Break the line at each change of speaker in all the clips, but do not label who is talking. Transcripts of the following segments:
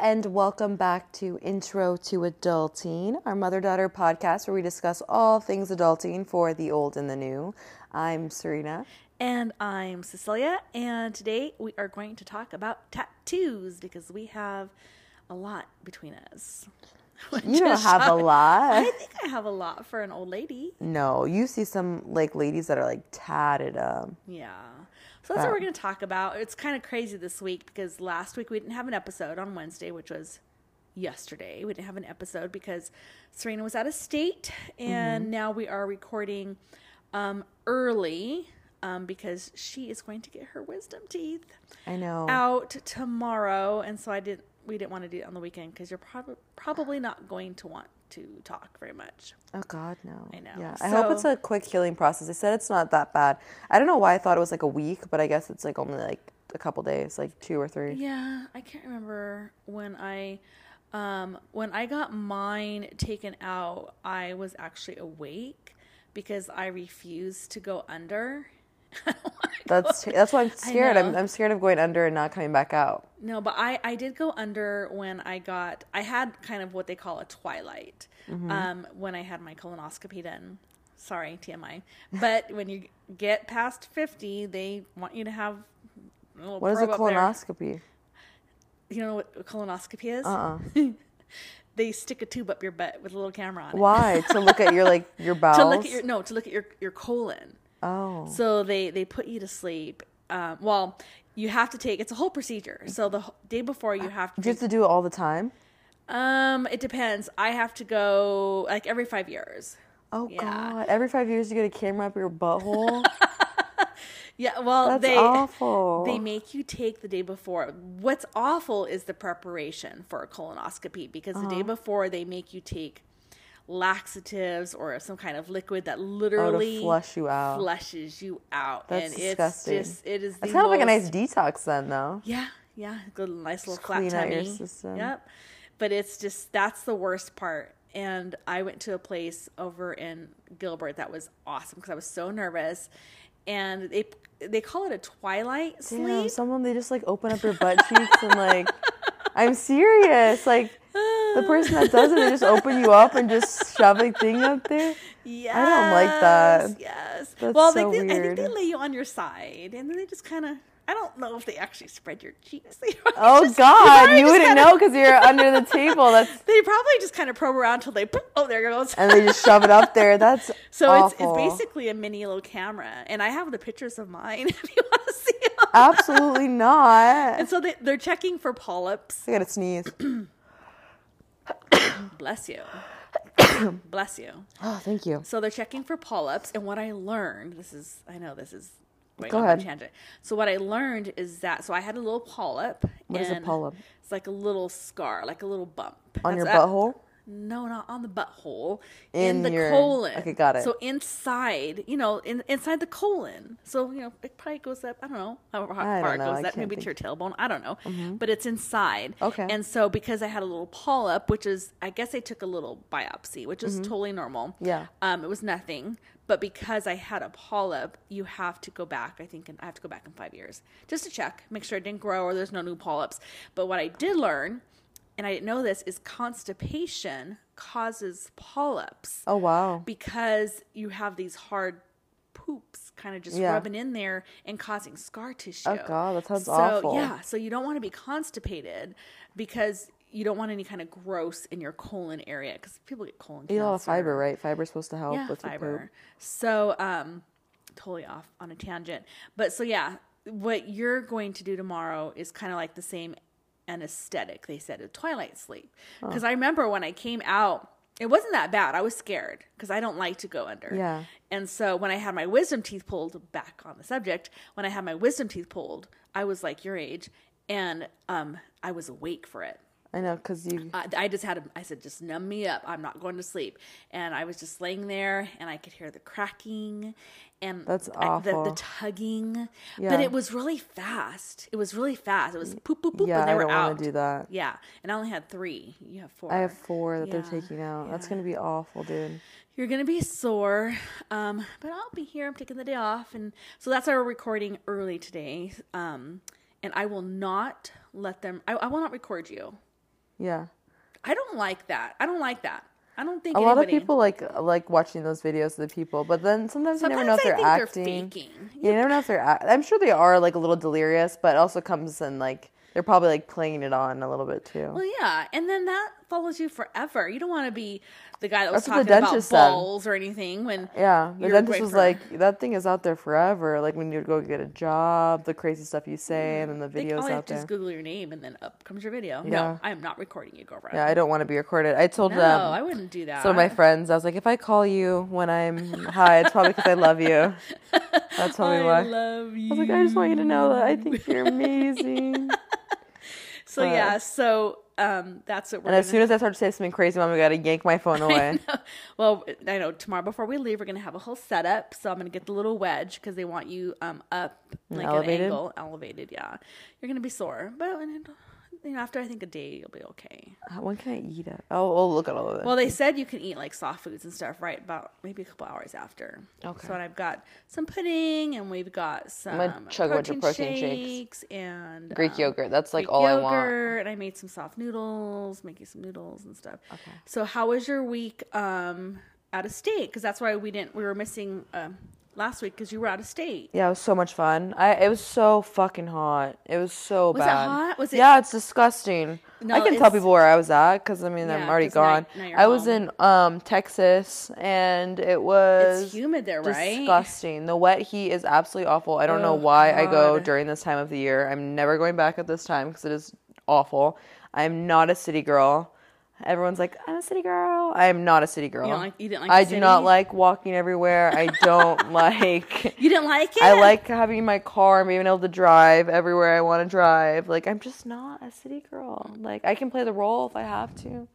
and welcome back to Intro to Adulting, our mother daughter podcast where we discuss all things adulting for the old and the new. I'm Serena.
And I'm Cecilia, and today we are going to talk about tattoos because we have a lot between us.
You don't have a lot.
I think I have a lot for an old lady.
No, you see some like ladies that are like tatted up.
Yeah. So that's what we're going to talk about. It's kind of crazy this week because last week we didn't have an episode on Wednesday, which was yesterday. We didn't have an episode because Serena was out of state, and
Mm-hmm.
now we are recording um, early um, because she is going to get her wisdom teeth
I know.
out tomorrow, and so I didn't. We didn't want to do it on the weekend because you're prob- probably not going to want to talk very much.
Oh God, no. I
know.
Yeah, I hope it's
So-
a quick healing process. They said it's not that bad. I don't know why I thought it was like a week, but I guess it's like only like a couple days, like two or three.
Yeah, I can't remember when I um when I got mine taken out, I was actually awake because I refused to go under.
That's that's why I'm scared. I'm
know.
I'm scared of going under and not coming back out.
No, but I I did go under when I got I had kind of what they call a twilight
Mm-hmm.
um when I had my colonoscopy done. Sorry, TMI. But when you get past 50, they want you to have a little
What is a
probe up there.
colonoscopy?
You know what a colonoscopy is?
Uh-uh.
They stick a tube up your butt with a little camera on it.
Why? to look at your like your bowels.
to look at your no to look at your your colon
oh.
so they they put you to sleep um, well you have to take it's a whole procedure so the wh- day before you have to
Do you have to do it all the time?
um it depends i have to go like every five years
Oh
Yeah.
God! Every five years, you get a camera up your butthole.
yeah well
That's
they
awful.
they make you take the day before what's awful is the preparation for a colonoscopy because the
Uh-huh.
day before they make you take laxatives or some kind of liquid that literally
Oh, flush you out.
flushes you out
That's
and
disgusting.
it's just it is
It's
the
kind of like a
most-
nice detox then, though.
Yeah, yeah, good nice little flat
clean out
tummy.
your system.
Yep. But it's just that's the worst part. And I went to a place over in Gilbert that was awesome because I was so nervous. And they they call it a twilight sleep.
Damn, some of them they just like open up your butt cheeks and like. I'm serious. Like the person that does it, they just open you up and just shove a thing up there.
Yes,
don't like that.
Yes.
That's
well,
so
they, they, I think they
weird.
lay you on your side, and then they just kind of. I don't know if they actually spread your cheeks.
Oh God, you
just
wouldn't
kinda-
know because you're under the table. That's
They probably just kind of probe around until they. Oh, there it goes.
and they just shove it up there. That's
So it's, it's
awful.
basically a mini little camera, and I have the pictures of mine if you want to see them.
absolutely not.
and so they, they're checking for polyps.
I gotta sneeze.
Bless you. Bless you.
Oh, thank you.
So they're checking for polyps, and what I learned this is I know this is going
Go
on a
ahead.
tangent. So what I learned is that so I had a little polyp.
What is a
and
polyp?
It's like a little scar, like a little bump
On your
That's-
butthole?
No, not on the butthole.
In
In, the
your-
colon.
okay, got it.
So inside, you know, in, inside the colon. So, you know, it probably goes up, I don't know, however how
I don't
far it
know,
goes
I
up,
can't Mm-hmm.
maybe to your tailbone. I don't know. But it's inside.
Okay.
And so because I had a little polyp, which is I guess I took a little biopsy, which is totally normal.
Mm-hmm. Yeah.
Um, it was nothing. But because I had a polyp, you have to go back, I think, and I have to go back in five years just to check, make sure it didn't grow or there's no new polyps. But what I did learn, and I didn't know this, is constipation causes polyps
Oh wow.
because you have these hard poops kind of just
Yeah.
rubbing in there and causing scar tissue.
Oh, God, that sounds
so,
awful.
Yeah, so you don't want to be constipated because you don't want any kind of gross in your colon area because people get colon
Eat a lot of
cancer.
fiber, right? Fiber's supposed to help
Yeah,
with your poop.
fiber. So, um, totally off on a tangent, but so yeah, what you're going to do tomorrow is kind of like the same anesthetic they said a twilight sleep because I remember when I came out, it wasn't that bad. I was scared because I don't like to go under.
Yeah.
And so when I had my wisdom teeth pulled, back on the subject, when I had my wisdom teeth pulled, I was like your age, and um, I was awake for it.
I know, cause you.
I, I just had a, I said, just numb me up. I'm not going to sleep. And I was just laying there and I could hear the cracking and
That's
I- the,
awful.
the tugging.
Yeah.
But it was really fast. It was really fast. It was poop, poop, poop.
Yeah,
and they
I
were
don't
out.
want to do that.
Yeah. And I only had three. You have four.
I have four that they're
Yeah,
taking out. That's
yeah.
gonna be awful, dude.
You're going to be sore. Um, but I'll be here. I'm taking the day off. And so that's why we're recording early today. Um, and I will not let them, I, I will not record you.
Yeah.
I don't like that. I don't like that. I don't think
A lot of
anybody-
people like like watching those videos of the people, but then sometimes, you never know if they're
Sometimes I think
acting.
they're faking.
You never know if they're. Act- I'm sure they are like a little delirious, but it also comes and like they're probably like playing it on a little bit too.
Well, yeah, and then that follows you forever. You don't want to be the guy that was
That's what
talking
the
about
dentist said.
balls or anything. When
yeah, the
you're
dentist
great
was
for-
like, "That thing is out there forever. Like when you go get a job, the crazy stuff you say, and then the
I think all
videos
you have
out
to
there."
just Google your name, and then up comes your video.
Yeah.
No, I am not recording you, girlfriend.
yeah, I don't want to be recorded. I told
no,
them.
I wouldn't do that.
some of my friends, I was like, if I call you when I'm high, it's probably because I love you. That's probably
I
why.
love you.
I was like, I just want you to know that I think you're amazing.
so yeah, so um, that's what we're.
And as
gonna-
soon as I start to say something crazy, mom, I gotta yank my phone away.
well, I know tomorrow before we leave, we're gonna have a whole setup. So I'm gonna get the little wedge because they want you um up like
elevated?
an angle, elevated. Yeah, you're gonna be sore, but you know, after I think a day, you'll be okay.
Uh, When can I eat it? Oh, oh look at all of this.
Well, they said you can eat like soft foods and stuff, right? About maybe a couple hours after.
Okay.
So and I've got some pudding, and we've got some
gonna chug a bunch
protein,
of protein shakes.
shakes and
Greek
um,
yogurt. That's like
Greek
all I want.
yogurt, And I made some soft noodles, making some noodles and stuff. Okay. So how was your week um, out of state? Because that's why we didn't. We were missing um, last week because you were out of state.
Yeah, it was so much fun. I it was so fucking hot. It was so
Was it
bad.
hot? Was it-
Yeah, it's disgusting.
No,
I can tell
it's-
people where I was at because I mean
Yeah,
I'm already
'cause now-
gone.
now you're
I was
home.
in um Texas and it was
It's humid there, right?
Disgusting. The wet heat is absolutely awful. I don't know
Oh,
why I go
God.
during this time of the year. I'm never going back at this time because it is awful. I'm not a city girl. Everyone's like, I'm a city girl. I am not a city girl.
like- you didn't like
I
the
do not
city?
like walking everywhere. I don't like.
You didn't like it.
I like having my car and being able to drive everywhere I want to drive. Like I'm just not a city girl. Like I can play the role if I have to,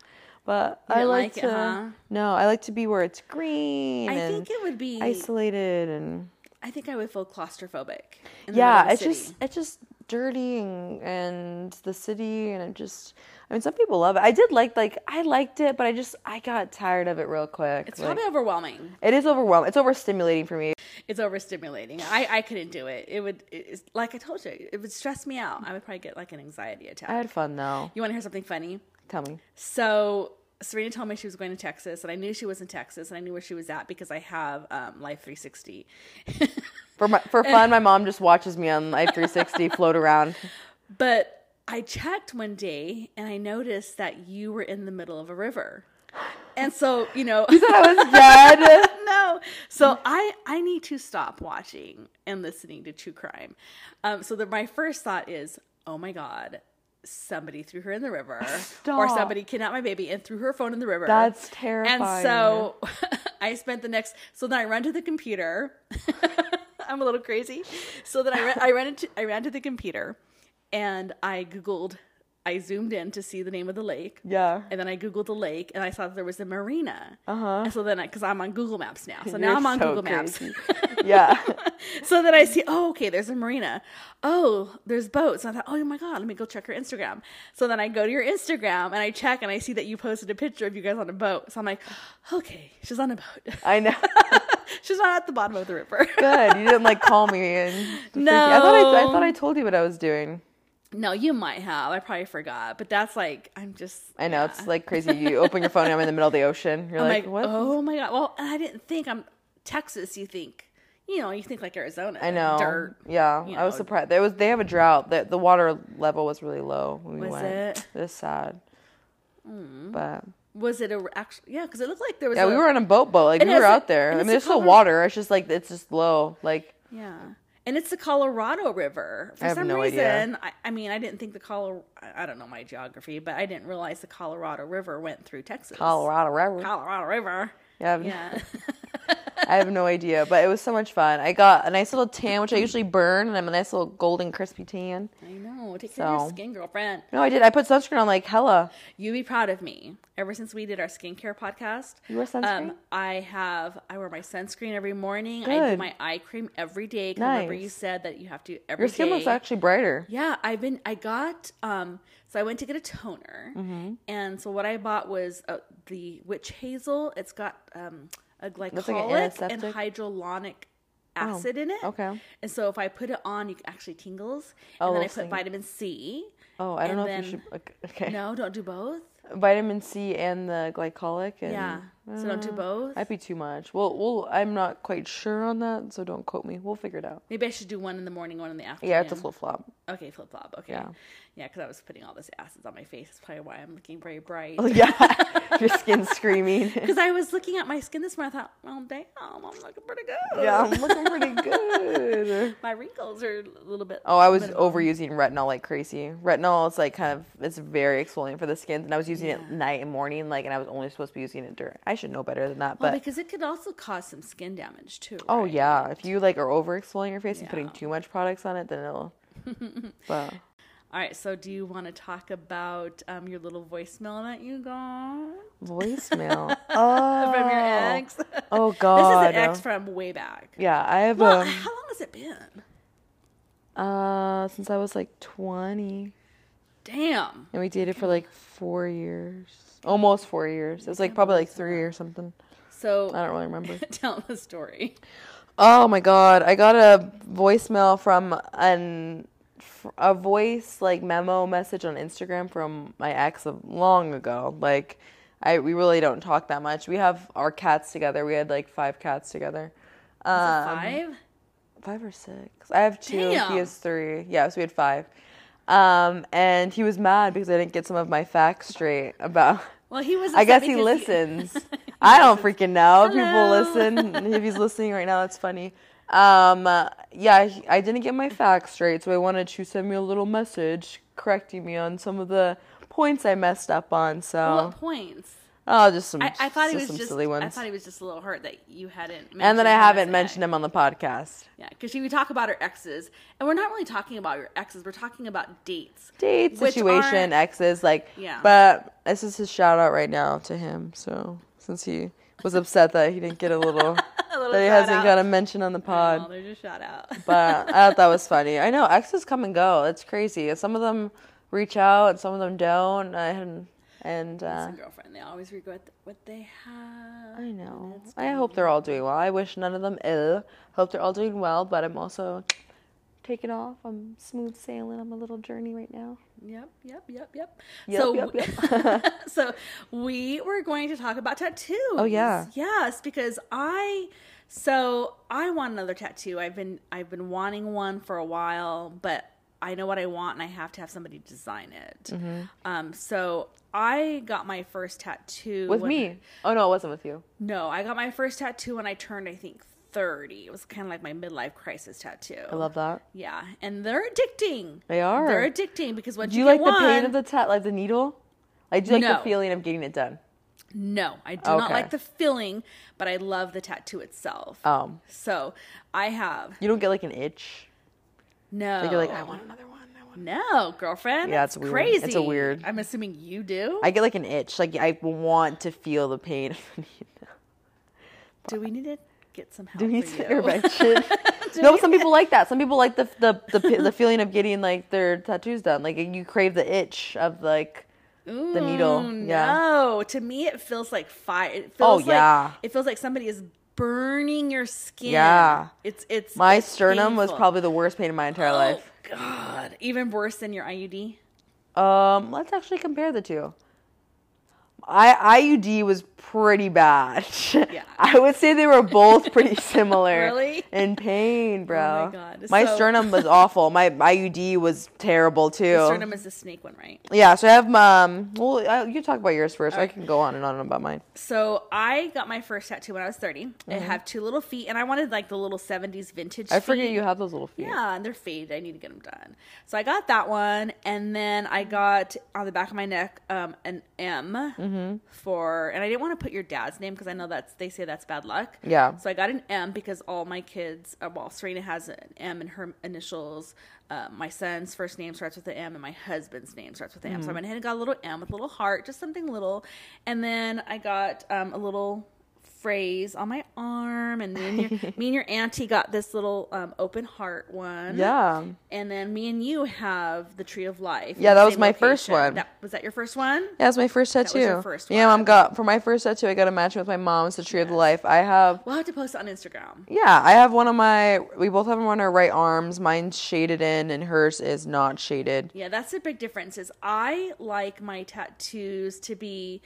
but I
didn't
like,
like it,
to.
huh?
No, I like to be where it's green.
I
and
think it would be.
isolated and
I think I would feel claustrophobic. in the middle of
yeah,
the
it's just
city.
it's just dirty and, and the city and it just. I mean, some people love it. I did like like I liked it, but I just I got tired of it real quick.
It's
Like,
probably overwhelming.
it is overwhelming. It's overstimulating for me.
It's overstimulating. I, I couldn't do it. It would, it, it's- like I told you, it would stress me out. I would probably get like an anxiety attack.
I had fun though.
you want to hear something funny?
Tell me.
So Serena told me she was going to Texas, and I knew she was in Texas, and I knew where she was at because I have um, Life 360.
For my, for fun, my mom just watches me on Life 360 float around.
but I checked one day, and I noticed that you were in the middle of a river. And so, you know,
I was dead.
no. So I I need to stop watching and listening to true crime. Um, so the, my first thought is, oh my god, somebody threw her in the river, or
Stop.
somebody kidnapped my baby and threw her phone in the river.
That's
And so I spent the next. So then I run to the computer. I'm a little crazy. So then I ran, I ran into I ran to the computer, and I googled. I zoomed in to see the name of the lake.
Yeah.
And then I googled the lake, and I saw that there was a marina.
Uh-huh.
And so then, because I'm on Google Maps now, so
You're
now I'm on
so
Google Maps.
crazy. yeah.
so then I see, oh, okay, there's a marina. Oh, there's boats. And I thought, oh my god, let me go check her Instagram. So then I go to your Instagram and I check, and I see that you posted a picture of you guys on a boat. So I'm like, okay, she's on a boat.
I know.
she's not at the bottom of the river.
Good. You didn't like call me and I thought I, I
No.
thought I told you what I was doing.
no, you might have. I probably forgot, but that's like, I'm just.
I know it's like crazy. You open your phone and I'm in the middle of the ocean. You're
I'm
like,
like,
what?
oh my god. Well, and I didn't think I'm Texas. You think, you know, you think like Arizona.
I know.
dirt.
yeah.
you
I was
know.
surprised. There was they have a drought. The, the water level was really low when we
Was
went.
it? Mm.
It's sad. But
Was it a actually? Yeah, because it looked like there was.
yeah,
a,
we were on a boat boat. Like
And
we were
it's a-
out there.
and
I
it's
mean,
a
there's still
color-
water. It's just like it's just low. Like
Yeah. And it's the Colorado River. For
I have
some
no
reason,
idea.
I, I mean, I didn't think the Colorado, I I don't know my geography, but I didn't realize the Colorado River went through Texas.
Colorado River.
Colorado River.
yeah,
Yeah.
I have no idea, but it was so much fun. I got a nice little tan, which I usually burn, and I'm a nice little golden crispy tan.
I know. Take care of
So.
your skin, girlfriend.
No, I did. I put sunscreen on like hella.
You be proud of me. Ever since we did our skincare podcast, um,
You wear sunscreen?
I have. I wear my sunscreen every morning. I do
Good.
my eye cream every day. 'cause Remember,
Nice.
you said that you have to every
Your skin looks
day.
actually brighter.
Yeah, I've been. I got. Um, so I went to get a toner,
Mm-hmm.
and so what I bought was uh, the witch hazel. It's got um, a glycolic
like an antiseptic?
and
Oh,
hydrolonic acid in it.
Okay.
And so if I put it on, you actually tingles.
Oh,
and then I
those
put
things.
vitamin C.
Oh, I don't
And
know
then-
if you should. ok- Okay.
No, don't do both.
Vitamin C and the glycolic. And,
Yeah. So
uh,
don't do both.
Might be too much. Well, well, I'm not quite sure on that, so don't quote me. We'll figure it out.
Maybe I should do one in the morning, one in the afternoon.
Yeah, it's a flip flop.
Okay, flip flop. Okay.
Yeah.
Yeah, because I was putting all this acids on my face. That's probably why I'm looking very bright.
yeah, your skin's screaming.
Because I was looking at my skin this morning, I thought, oh damn, I'm looking pretty good.
yeah, I'm looking pretty good.
My wrinkles are a little bit.
Oh, I was
minimal.
overusing retinol like crazy. Retinol is like kind of it's very exfoliating for the skin, and I was using it night and morning, like, and I was only supposed to be using it during. I should know better than that,
Well,
but
because it could also cause some skin damage too.
oh
right?
yeah, if you like are over exfoliating your face and putting
Yeah.
too much products on it, then it'll. but
All right. So, do you want to talk about um, your little voicemail that you got
voicemail. Oh,
from your ex?
Oh
this
God.
is an ex from way back.
Yeah, I have
Well,
um
how long has it been?
uh since I was like twenty,
Damn.
and we dated for like four years, almost four years. It was like probably like three or something. I
So,
don't really remember.
tell the story.
Oh my god, I got a voicemail from an fr- a voice like memo message on Instagram from my ex of long ago. Like I we really don't talk that much. We have our cats together. We had like five cats together. Um,
Five.
five or six. I have two.
Damn.
He has three. Yeah, so we had five. Um, and he was mad because I didn't get some of my facts straight about.
Well, he was.
I
upset
guess he
because
listens. I don't freaking know.
Hello.
People listen. If he's listening right now, that's funny. Um, uh, yeah, he- I didn't get my facts straight, so I wanted to send me a little message correcting me on some of the points I messed up on. So,
What points?
oh, just some.
I, I thought he
just
was
some
just.
silly ones.
I thought he was just a little hurt that you hadn't. Mentioned
and then I
him
haven't
as an ex.
mentioned him on the podcast.
Yeah, because we talk about our exes, and we're not really talking about your exes. We're talking about dates.
date
Which
situation
aren't-
exes like
Yeah.
but this is his shout out right now to him so since he was upset that he didn't get a little
A little
that he
shout
hasn't
out.
got a mention on the pod
Oh, there's a shout out.
but i thought that was funny i know exes come and go it's crazy some of them reach out and some of them don't and and uh,
It's a girlfriend. They always regret th- what they have.
i know i hope they're all doing well i wish none of them ill hope they're all doing well but i'm also taking off i'm smooth sailing on my little journey right now
Yep, yep, yep, yep.
Yep,
so,
yep,
so we were going to talk about tattoos.
Oh, yeah.
yes, because I so I want another tattoo. I've been I've been wanting one for a while, but I know what I want, and I have to have somebody design it.
Mm-hmm.
Um, so I got my first tattoo
with
when-
me oh no it wasn't with you
No, I got my first tattoo when I turned, I think, 30. It was kind of like my midlife crisis tattoo.
i love that
Yeah, and they're addicting.
They are.
Oh. They're addicting because once
Do you,
you,
like
get
the pain
one-
of the tat, like the needle? I do like
No.
the feeling of getting it done.
No, I do not
Okay.
like the feeling, but I love the tattoo itself.
Um,
So I have
you don't get like an itch.
no.
Like you're like, I want another one. I want.
no, girlfriend.
Yeah,
that's
it's weird.
crazy.
It's a weird-
I'm assuming you do.
I get like an itch. Like I want to feel the pain. of the needle.
do we need to get some help?
do you need
for
some
you?
intervention? no, but some people like that. Some people like the the the, p- the feeling of getting like their tattoos done. Like you crave the itch of like.
the
needle, yeah.
No, to me it feels like fire. It feels
Oh,
like,
yeah.
It feels like somebody is burning your skin.
Yeah.
It's it's
My
it's
sternum was
painful.
probably the worst pain in my entire life.
Oh God, even worse than your IUD.
Um, let's actually compare the two. I IUD was pretty bad. I would say they were both pretty similar.
Really? Oh
In pain, bro.
my God.
My
So-
sternum was awful. My IUD was terrible too.
The sternum is the snake one, right?
yeah, so I have um well I, you talk about yours first. I can go on and on about mine.
So I got my first tattoo when I was 30. I have two little feet, and I wanted like the little 70s vintage.
Mm-hmm. I forget
feet.
you have those little feet.
Yeah, and they're faded. I need to get them done. So I got that one, and then I got on the back of my neck um, an M
Mm-hmm.
for, and I didn't want to put your dad's name because I know that's they say that's bad luck.
Yeah.
So I got an M because all my kids, uh, well, Serena has an M in her initials. Uh, my son's first name starts with an M, and my husband's name starts with an M.
Mm-hmm.
So I went ahead and got a little M with a little heart, just something little, and then I got um, a little phrase on my arm, and me and your, me and your auntie got this little um, open heart one.
Yeah.
And then me and you have the tree of life. in
Yeah,
the
that was
same
my first
location.
one.
That, was that your first one?
Yeah, it's my first
was
tattoo.
your first
Yeah,
one.
mom got for my first tattoo. I got a match with my mom. It's the tree of the life. I have.
We'll have to post it on Instagram.
Yeah, I have one on my. We both have them on our right arms. Mine's shaded in, and hers is not shaded.
Yeah, that's the big difference. Is I like my tattoos to be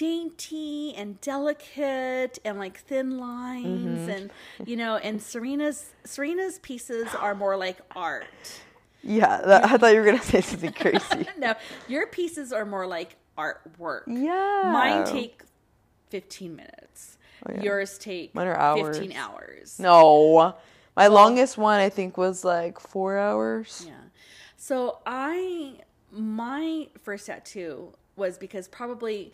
dainty and delicate and like thin lines
Mm-hmm.
and you know and Serena's Serena's pieces are more like art.
Yeah, that, I thought you were gonna say something crazy.
no, your pieces are more like artwork.
yeah,
Mine take 15 minutes.
Oh, yeah.
Yours take
Mine are hours.
15 hours.
No, my longest one I think was like four hours.
Yeah. So I my first tattoo was because probably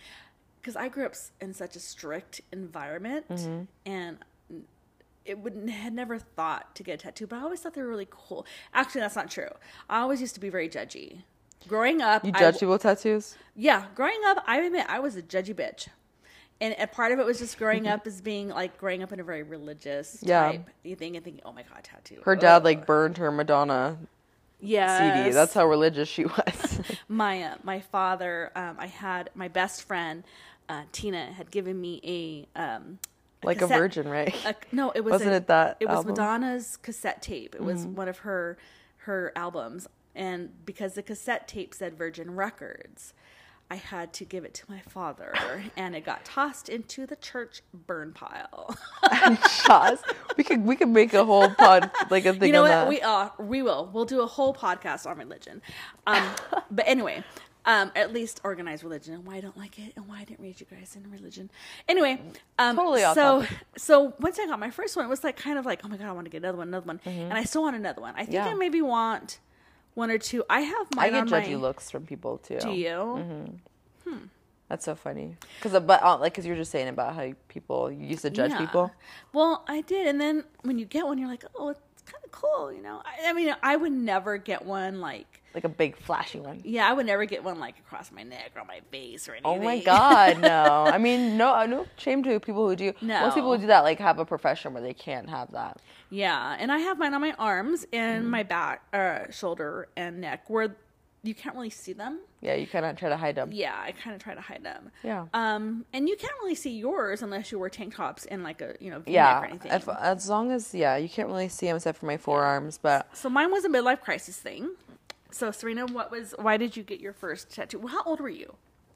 because I grew up s- in such a strict environment
Mm-hmm.
and it would had never thought to get a tattoo, but I always thought they were really cool. Actually, that's not true. I always used to be very judgy. Growing up,
You
I
judge
w-
people with tattoos?
yeah, growing up, I admit I was a judgy bitch. And a part of it was just growing up as being like growing up in a very religious
Yeah.
type you thing and thinking, oh my god, tattoo.
Her dad like burned her Madonna
yeah,
CD. That's how religious she was.
my uh, my father um, i had my best friend uh, tina had given me a um
like a
cassette-
virgin, right?
a- no it was
Wasn't
a-
it that
it was
album? Mm-hmm.
madonna's cassette tape it was one of her her albums and because the cassette tape said virgin records i had to give it to my father and it got tossed into the church burn pile
Shaz. We could we could make a whole pod like a thing
you know
on that.
what we uh we will we'll do a whole podcast on religion um but anyway um at least organized religion and why i don't like it and why i didn't read you guys in religion anyway um
Totally off
so
topic.
so once i got my first one it was like kind of like oh my god i want to get another one another one and i still want another one i think
Mm-hmm. Yeah.
i maybe want one or two i have mine
I get
on
judgy
my,
looks from people too.
do you
Mm-hmm. That's so funny. Because but uh, like because you were just saying about how people you used to judge
Yeah.
people.
Well, I did, and then when you get one, you're like, oh, it's kind of cool, you know. I, I mean, I would never get one like,
Like a big flashy one.
yeah, I would never get one like across my neck or on my face or anything.
Oh my god, no. I mean, no, uh, no shame to people who do. Most people
No.
who do that like have a profession where they can't have that.
Yeah, and I have mine on my arms and my back, uh, shoulder and neck, where you can't really see them.
Yeah, you kind of try to hide them.
Yeah, I kind of try to hide them.
Yeah.
Um, and you can't really see yours unless you wear tank tops and like a you know V-neck
Yeah,
or anything.
if, as long as yeah, you can't really see them except for my forearms, but
so mine was a midlife crisis thing. So Serena, what was? Why did you get your first tattoo? Well, How old were you?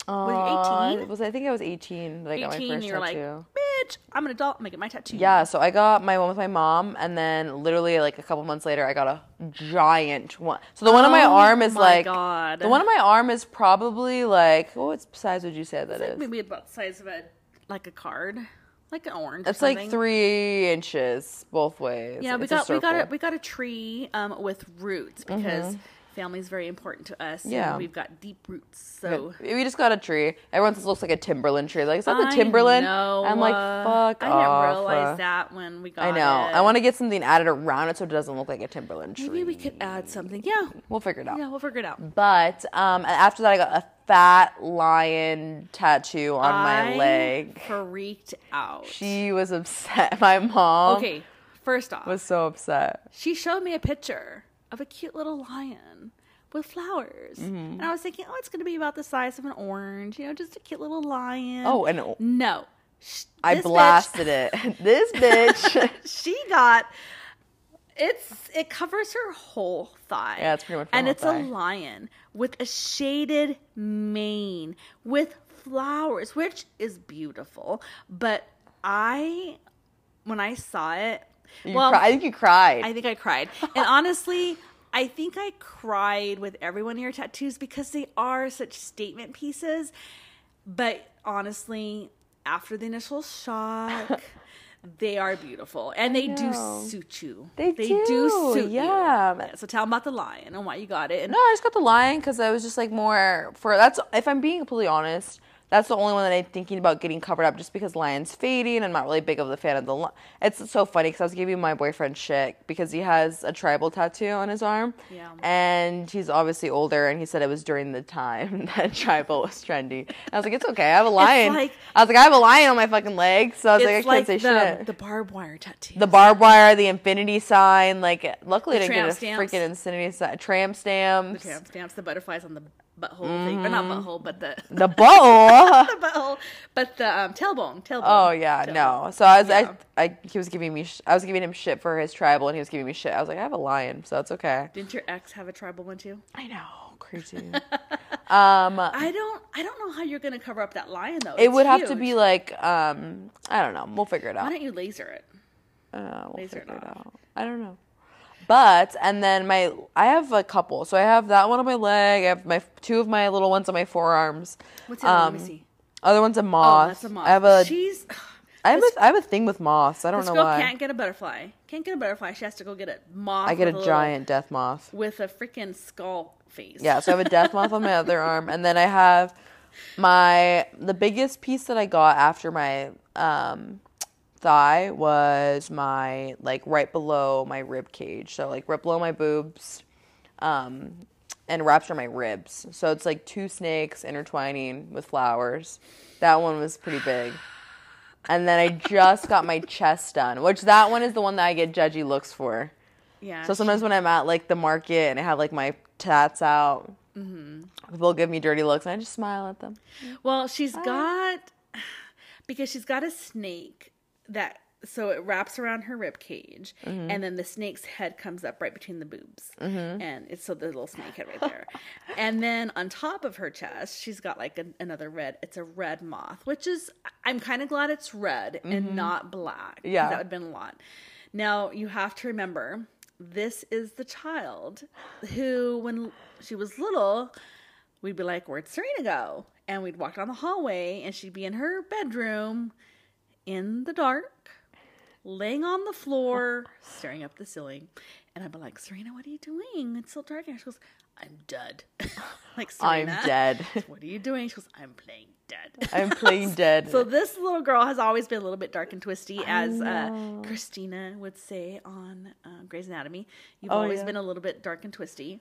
Were
Uh,
you 18?
Was I think I was 18 when I got my
Eighteen.
first
You're like,
tattoo.
bitch, I'm an adult. I'm gonna get my tattoo.
Yeah, so I got my one with my mom, and then literally like a couple months later, I got a giant one. So the one on my
Oh
arm is
my
like
God.
the one on my arm is probably like what size would you say that
Like
is?
maybe about the size of a like a card, like an orange. or
It's like
something.
three inches both ways.
Yeah, we
It's a
got we got a
circle. Mm-hmm.
we got a tree um, with roots because family's very important to us. and
Yeah.
we've got deep roots. So
We just got a tree. Everyone says it looks like a Timberland tree. Like, is that the
I
Timberland?
know,
I'm like,
uh,
fuck
I
off.
didn't realize
uh,
that when we got.
I know. I
it.
want to get something added around it so it doesn't look like a Timberland tree.
Maybe we could add something. Yeah,
We'll figure it out.
yeah, we'll figure it out.
But um, after that, I got a fat lion tattoo on my
I
leg.
Freaked out.
She was upset. My mom
okay, first off,
was so upset.
she showed me a picture of a cute little lion with flowers,
Mm-hmm.
and I was thinking, oh, it's going to be about the size of an orange. You know, just a cute little lion.
Oh, and o-
no. Sh-
I
this bitch-
blasted it. this bitch.
she got it's it covers her whole thigh.
Yeah, it's pretty much her
and
whole
it's
thigh.
a lion with a shaded mane with flowers, which is beautiful. But I, when I saw it,
You
well,
cri- I think you cried.
I think I cried. And honestly, I think I cried with every one of your tattoos because they are such statement pieces. But honestly, after the initial shock, they are beautiful and they do
know.
suit you.
They do,
suit
yeah.
you. So tell them about the lion and why you got it. And
no, I just got the lion because I was just like more for that's. If I'm being completely honest, That's the only one that I'm thinking about getting covered up just because Lion's fading. I'm not really big of the fan of the lion. It's so funny because I was giving my boyfriend shit because he has a tribal tattoo on his arm.
Yeah.
And he's obviously older, and he said it was during the time that tribal was trendy. And I was like, it's okay. I have a lion.
like-
I was like, I have a lion on my fucking leg. So I was like, I can't say
the,
shit.
the barbed wire tattoo.
the barbed wire, the infinity sign. Like, luckily, I
The
didn't get a
tramp stamps.
freaking infinity sign. Tram
the
stamps.
tramp stamps, the butterflies on the butthole thing, or not
Mm.
butthole, but the
The bowl.
the butthole, but the um, tailbone, tailbone.
oh yeah,
tailbone.
no. So I was,
Yeah.
I, I, he was giving me, sh- I was giving him shit for his tribal, and he was giving me shit. I was like, I have a lion, so it's okay.
Didn't your ex have a tribal one too?
I know, crazy. um,
I don't. I don't know how you're gonna cover up that lion though.
it
It's
would have to
huge.
be like, um, I don't know. We'll figure it out.
Why don't you laser it?
Uh, we'll
Laser
figure it
knob.
out. I don't know. But and then my I have a couple. So I have that one on my leg. I have my two of my little ones on my forearms.
What's it? Um, Let me see.
Other one's a moth.
Oh, that's a moth.
I have a
She's.
I have a, I have a thing with moths. I don't
This
know
girl
why.
can't get a butterfly. Can't get a butterfly. She has to go get a moth.
I get
with
a
little-
giant death moth.
with a freaking skull face.
Yeah, so I have a death moth on my other arm, and then I have my the biggest piece that I got after my um, thigh was my like right below my rib cage, so like right below my boobs, um, and wraps around my ribs. So it's like two snakes intertwining with flowers. That one was pretty big. And then I just got my chest done, which that one is the one that I get judgy looks for.
yeah.
So sometimes when I'm at like the market and I have like my tats out,
Mm-hmm.
people give me dirty looks and I just smile at them.
Well, she's got because she's got a snake that so it wraps around her rib cage, and then the snake's head comes up right between the boobs, and it's so the little snake head right there. and then on top of her chest, she's got like an another red. It's a red moth, which is I'm kind of glad it's red and not black. 'cause
Yeah.
that would have been a lot. Now you have to remember. This is the child who, when she was little, we'd be like, Where'd Serena go? And we'd walk down the hallway and she'd be in her bedroom in the dark, laying on the floor, staring up the ceiling. And I'd be like, Serena, what are you doing? It's so dark. And she goes, I'm dead. like,
I'm
Serena,
dead.
What are you doing? She goes, I'm playing dead.
I'm playing dead.
So this little girl has always been a little bit dark and twisty, as uh, Christina would say on uh, Grey's Anatomy. You've
Oh,
always
yeah.
been a little bit dark and twisty.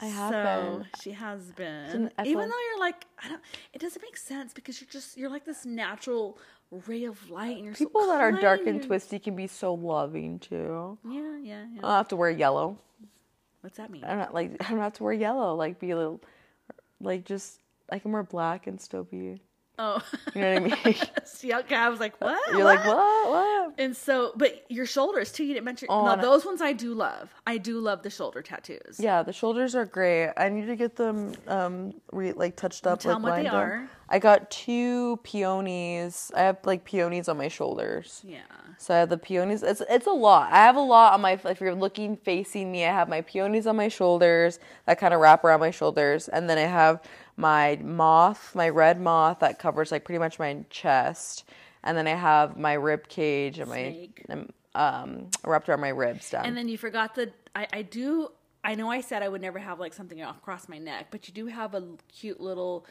I
have
so
been.
she has been.
an- I
Even
feel-
though you're like, I don't. It doesn't make sense because you're just you're like this natural ray of light, and you're so
People that are dark
kind.
and twisty can be so loving too.
Yeah, yeah, yeah.
I don't have to wear yellow.
What's that mean?
I don't like I don't have to wear yellow. Like be a little, like just I can wear black and still be.
Oh,
You know what I mean?
see, okay, I was like, what?
You're like what? What?
And so, but your shoulders too. You didn't mention.
Oh,
now
and I-
those ones I do love. I do love the shoulder tattoos.
Yeah, the shoulders are great. I need to get them um re- like touched up.
Tell
like,
them what they
lined up.
are.
I got two peonies. I have like peonies on my shoulders.
Yeah.
So I have the peonies. It's it's a lot. I have a lot on my. If you're looking facing me, I have my peonies on my shoulders that kind of wrap around my shoulders, and then I have my moth, my red moth that covers like pretty much my chest, and then I have my rib cage and my
Snake.
and, um wrapped around my ribs down.
And then you forgot the I, I do I know I said I would never have like something off across my neck, but you do have a l- cute little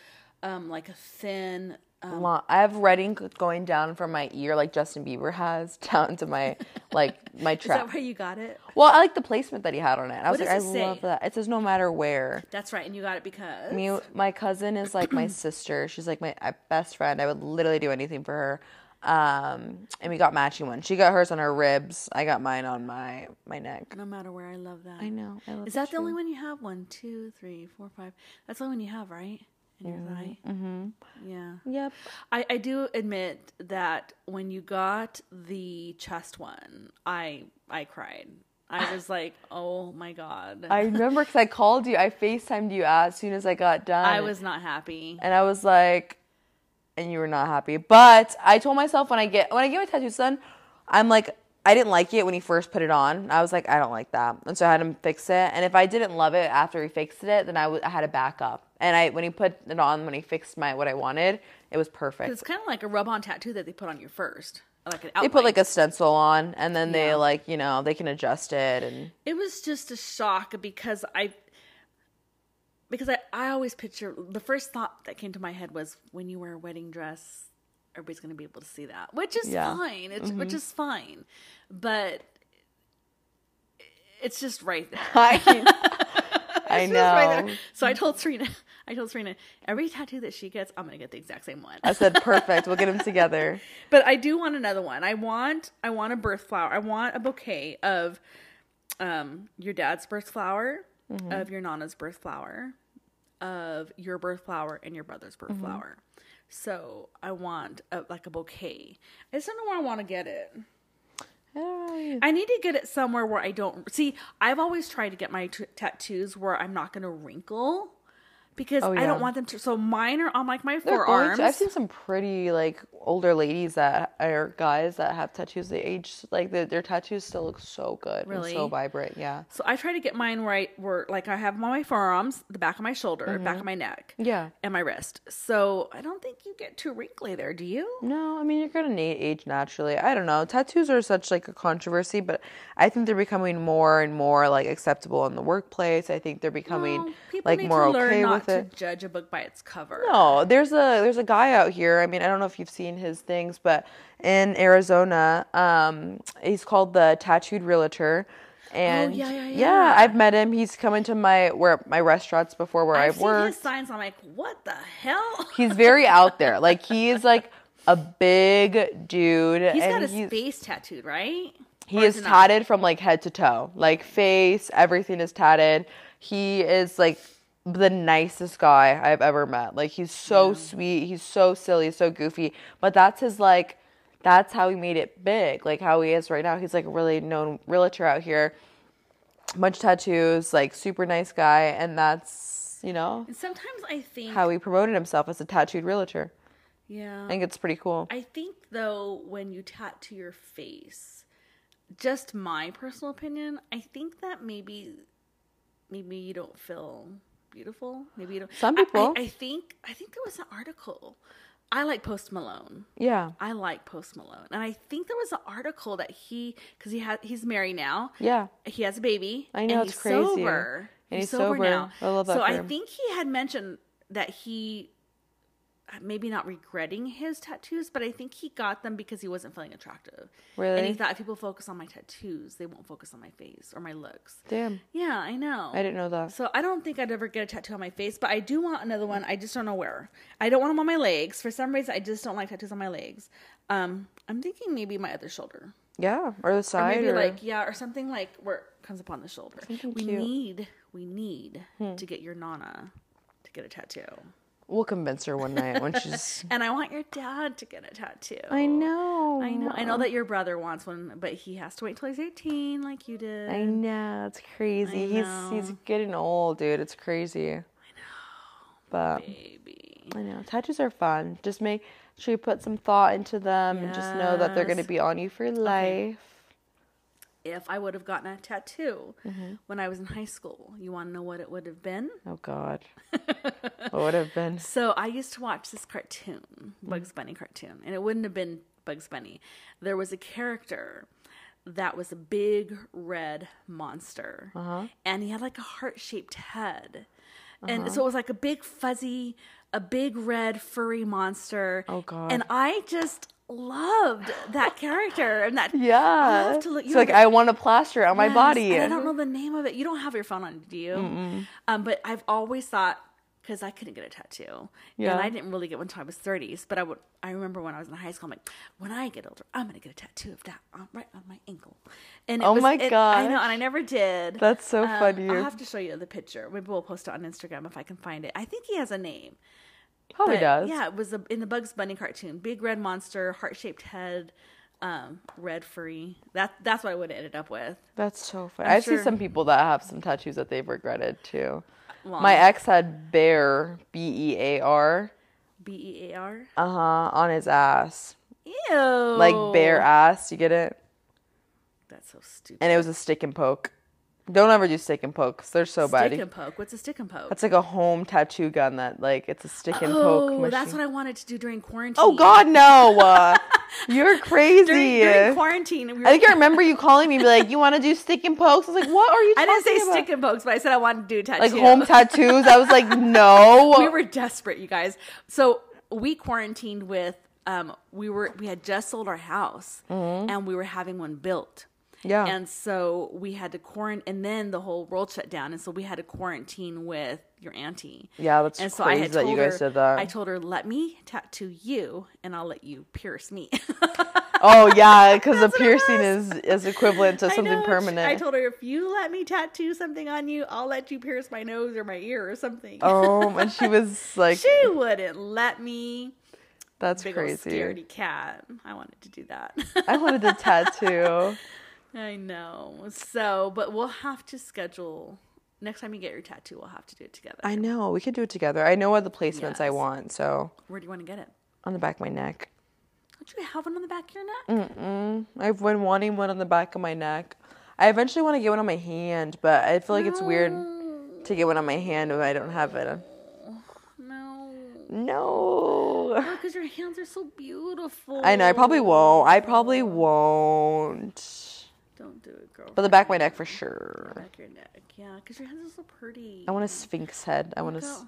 um like a thin um,
Lo- I have red ink going down from my ear like Justin Bieber has down to my like my
Is that
trap.
where you got it?
Well, I like the placement that he had on it. I was
What
like, I
does it say?
love that. It says no matter where.
That's right, and you got it because
Me, my cousin is like my sister. She's like my uh, best friend. I would literally do anything for her. Um, and we got matching ones. She got hers on her ribs. I got mine on my my neck.
no matter where I love that.
I know. I love
Is that the only one you have? One, two, three, four, five. That's the only one you have, right? In your thigh. Mm-hmm. Yeah.
Yep.
I, I do admit that when you got the chest one, I I cried. I was like, oh my god.
I remember because I called you. I Facetimed you as soon as I got done.
I was not happy.
and I was like, and you were not happy. But I told myself when I get when I get my tattoos done, I'm like, I didn't like it when he first put it on. I was like, I don't like that, and so I had him fix it. And if I didn't love it after he fixed it, then I would- I had to back up. And I when he put it on, when he fixed my what I wanted, it was perfect.
It's kind of like a rub-on tattoo that they put on you first, like an outline.
They put like a stencil on, and then they
Yeah.
like you know they can adjust it and
it was just a shock because I because I, I always picture the first thought that came to my head was when you wear a wedding dress, everybody's going to be able to see that, which is
Yeah. Mm-hmm.
fine. It's which is fine, but it's just right there.
I, I
It's just right
know.
there. So I told Serena, I told Serena, every tattoo that she gets, I'm going to get the exact same one.
I said perfect. We'll get them together.
But I do want another one. I want I want a birth flower. I want a bouquet of um your dad's birth flower,
Mm-hmm.
of your nana's birth flower, of your birth flower and your brother's birth
Mm-hmm.
flower. So I want a, like a bouquet. I just don't know where I want to get it.
I don't know.
I need to get it somewhere where I don't see. I've always tried to get my t- tattoos where I'm not going to wrinkle because I
Oh, yeah.
don't want them to. So mine are on like my
They're going
forearms.
to- I've seen some pretty like older ladies that or guys that have tattoos. They age like their their tattoos still look so good and so
Really?
vibrant. Yeah,
So I try to get mine where I where like I have them on my forearms, the back of my shoulder,
Mm-hmm.
back of my neck,
yeah.
and my wrist. So I don't think you get too wrinkly there, do you?
No, I mean you're gonna need age naturally. I don't know. Tattoos are such like a controversy, but I think they're becoming more and more like acceptable in the workplace. I think they're becoming
Well, people
like
need
more
to learn
okay
not
with it.
to judge a book by its cover.
No, there's a there's a guy out here. I mean, I don't know if you've seen his things, but in Arizona, um, he's called the Tattooed Realtor. And
Oh, yeah, yeah,
I've met him. He's come into my where my restaurants before where
I've
I've,
seen
worked.
his signs. I'm like, what the hell?
He's very out there. Like he is like a big dude.
He's
and
got his
he's-
face tattooed, right?
he
Or
is
it not?
tatted from like head to toe, like face, everything is tatted. He is like the nicest guy I've ever met. Like he's so sweet, he's so silly, so goofy. But that's his like, that's how he made it big, like how he is right now. He's like a really known realtor out here, much tattoos, like super nice guy, and that's you know
And sometimes I think,
how he promoted himself as a tattooed realtor.
yeah,
I think it's pretty cool.
I think though when you tattoo your face, just my personal opinion, I think that maybe maybe you don't feel beautiful. Maybe you don't
Some
I- I-
people.
I, think I think there was an article. I like Post Malone.
Yeah,
I like Post Malone. And I think there was an article that he cuz he had he's married now.
yeah.
He has a baby.
I know,
and
it's
he's
crazy.
Sober.
And he's sober. I love that
So
for
I
him.
think he had mentioned that he uh, maybe not regretting his tattoos, but I think he got them because he wasn't feeling attractive. And
Really?
he thought if people focus on my tattoos, they won't focus on my face or my looks.
Damn,
Yeah, I know.
I didn't know that.
So I don't think I'd ever get a tattoo on my face, but I do want another one. I just don't know where. I don't want them on my legs. For some reason, I just don't like tattoos on my legs. Um, I'm thinking maybe my other shoulder
Yeah, or the side,
maybe
or-
like yeah or something like where it comes upon the shoulder
Something
we
cute. Hmm.
need we need to get your nana to get a tattoo
We'll convince her one night when she's.
and i want your dad to get a tattoo
I know.
i know i know that your brother wants one but he has to wait till he's 18 like you did
I know. It's crazy. He's he's getting old, dude. It's crazy. I know. But
baby
I know tattoos are fun. Just make sure you put some thought into them, and just know that they're gonna
Yes.
be on you for life.
if i would have gotten a tattoo
Mm-hmm.
when i was in high school you want to know what it would have been
Oh God. what would have been?
So I used to watch this cartoon,
Mm-hmm.
Bugs Bunny cartoon, and it wouldn't have been Bugs Bunny. There was a character that was a big red monster,
Uh-huh.
and he had like a heart shaped head,
Uh-huh.
and so it was like a big fuzzy, a big red furry monster.
Oh, God.
And I just loved that character and that.
Yeah.
have to look-
It's
you
like
have to-
I want a plaster on my
Yes,
body.
and I don't know the name of it. You don't have your phone on, do you? Um, but I've always thought because I couldn't get a tattoo,
Yeah.
and I didn't really get one until I was thirties. But I would. I remember when I was in high school. I'm like, when I get older, I'm gonna get a tattoo of that on, right on my ankle. And it
Oh
was-
my
it- I know, and I never did. Um,
That's so funny.
I'll have to show you the picture. Maybe we'll post it on Instagram if I can find it. I think he has a name.
Probably
But,
Oh, does.
Yeah, it was a, in the Bugs Bunny cartoon. Big red monster, heart shaped head, um, red furry. That that's what I would have ended up with.
That's so funny. i see
sure-
some people that have some tattoos that they've regretted too.
Well-
My ex had bear B E A R
B E A R.
uh huh on his ass,
Ew.
like bare ass. You get it?
That's so stupid.
And it was a stick and poke. Don't ever do stick and pokes. They're so
stick
bad.
and poke. What's a stick and poke?
That's like a home tattoo gun that like it's a stick and poke
oh,
machine.
that's what I wanted to do during quarantine.
oh God, no! Uh, you're crazy.
During, during quarantine, we were,
I think I remember you calling me, and be like, "You want to do stick and pokes?" I was like, "What are you?"
I didn't
talking
say
about?
stick and pokes, but I said I wanted to do tattoo.
like home tattoos. I was like, "No."
we were desperate, you guys. So we quarantined with um we were we had just sold our house
Mm-hmm.
and we were having one built.
Yeah.
And so we had to quarantine and then the whole world shut down and so we had to quarantine with your auntie.
Yeah, that's
and
crazy that you
told
guys
her,
did that.
I told her, let me tattoo you and I'll let you pierce me.
oh yeah, because the
That's what it
piercing is is equivalent to
I
something
know, she-
permanent.
I told her if you let me tattoo something on you, I'll let you pierce my nose or my ear or something.
um, and she was like,
she wouldn't let me.
"That's
Big old
crazy."
scaredy cat. I wanted to do that.
I wanted the tattoo.
I know. So, but we'll have to schedule next time you get your tattoo. We'll have to do it together.
I know we could do it together. I know what the placements I
Yes.
want. So
Where do you want to get it?
on the back of my neck.
Don't you have one on the back of your neck?
I've been wanting one on the back of my neck. I eventually want to get one on my hand, but I feel like it's weird to get one on my hand when I don't have it.
No,
No.
because your hands are so beautiful.
I know, I probably won't. I probably won't.
Don't do it, girl.
But the back of my neck for sure.
back of your neck, yeah, because your hands are so pretty.
I want a sphinx head. I want to. S-
Go-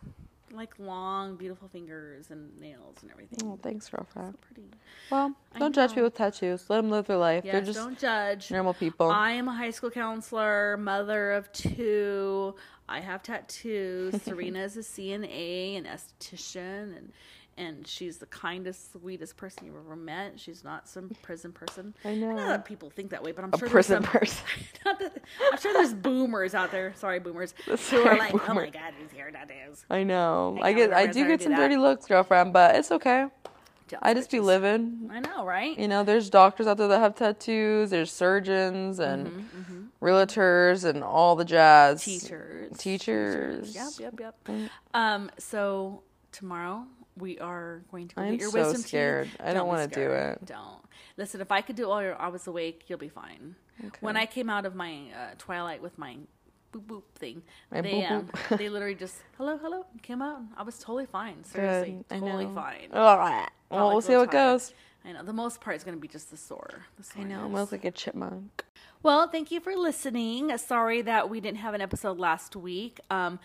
like long, beautiful fingers and nails and everything.
oh, thanks, girlfriend.
Pretty.
Well, don't judge people with tattoos. Let them live their life. They're
Yes,
just
don't judge.
normal people.
I am a high school counselor, mother of two. I have tattoos. Serena is a CNA, an esthetician, and and she's the kindest, sweetest person you've ever met. She's not some prison person.
I know.
Not that people think that way, but I'm
a
sure
prison
there's some.
person.
Not that, I'm sure there's boomers out there. Sorry, boomers. Who
sorry,
are like, oh
boomer.
my god, who's here? That is.
I know. I
I know,
get. I
girlfriends
do
already
get
do
some
that.
dirty looks, girlfriend, but it's okay. I just be living.
I know, right?
You know, there's doctors out there that have tattoos. There's surgeons and
Mm-hmm,
realtors and all the jazz.
teachers.
Teachers.
Yep, yep, yep. Um, so tomorrow we are going to go
I'm
get your
so
wisdom teeth.
scared. I don't
be
wanna do
scared.
it.
Don't. Listen, if I could do all your I was awake, you'll be fine. When I came out of my uh, twilight with my boop boop thing,
My
they
boop
um,
boop.
they literally just hello hello came out. and I was totally fine. Seriously,
Good. I know.
totally fine.
All right. Well,
Not
we'll
like
see how it
tired.
goes.
I know the most part is going to be just the sore. The
I know. I'm
soreness.
almost like a chipmunk.
Well, thank you for listening. Sorry that we didn't have an episode last week, um,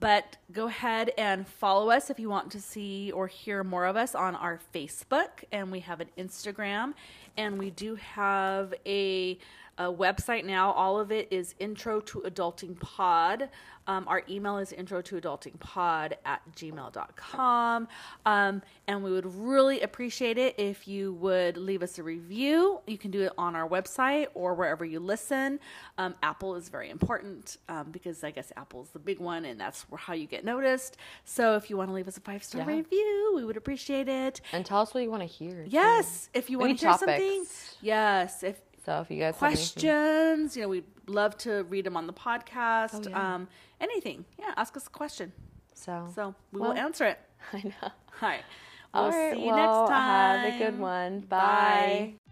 but go ahead and follow us if you want to see or hear more of us on our Facebook, and we have an Instagram, and we do have a, a website now. All of it is intro to adulting pod. Um, our email is intro to adulting pod at gmail.com. Um, and we would really appreciate it if you would leave us a review. You can do it on our website or wherever you listen. Um, Apple is very important um, because I guess Apple's the big one and that's where, how you get noticed. So if you want to leave us a five star
Yeah.
review, we would appreciate it.
And tell us what you want to hear.
Yes, if you want
Maybe
to hear something.
Mm. topics.
Yes, if
So if you guys
questions, you know, we'd love to read them on the podcast.
Oh, yeah.
um, anything. Yeah, ask us a question.
so
So we
Well-
will answer it.
I know.
Hi. We'll
All right.
see you
well,
next time.
Have a good one. Bye.
Bye.